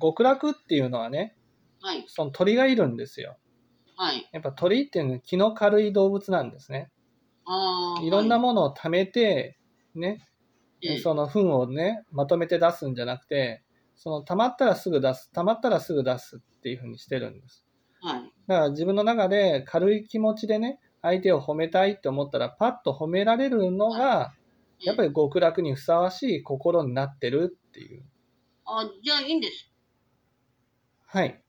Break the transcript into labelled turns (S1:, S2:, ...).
S1: 極楽っていうのはね、
S2: はい、
S1: その鳥がいるんですよ。
S2: はい。
S1: やっぱ鳥っていうのは気の軽い動物なんですね。
S2: ああ。
S1: いろんな
S2: も
S1: ものを貯めて、ね、
S2: の、
S1: その糞をね、まとめて出すんじゃなくて、その溜まったらすぐ出す、溜まったらすぐ出すっていうふうにしてるんです。
S2: はい。
S1: だから自分の中で軽い気持ちでね、相手を褒めたいと思ったら、パッと褒められるのが、やっぱ
S2: り。
S1: り極楽にふさわしい心になってるっていう。
S2: あ、じゃあいいんです。
S1: はい。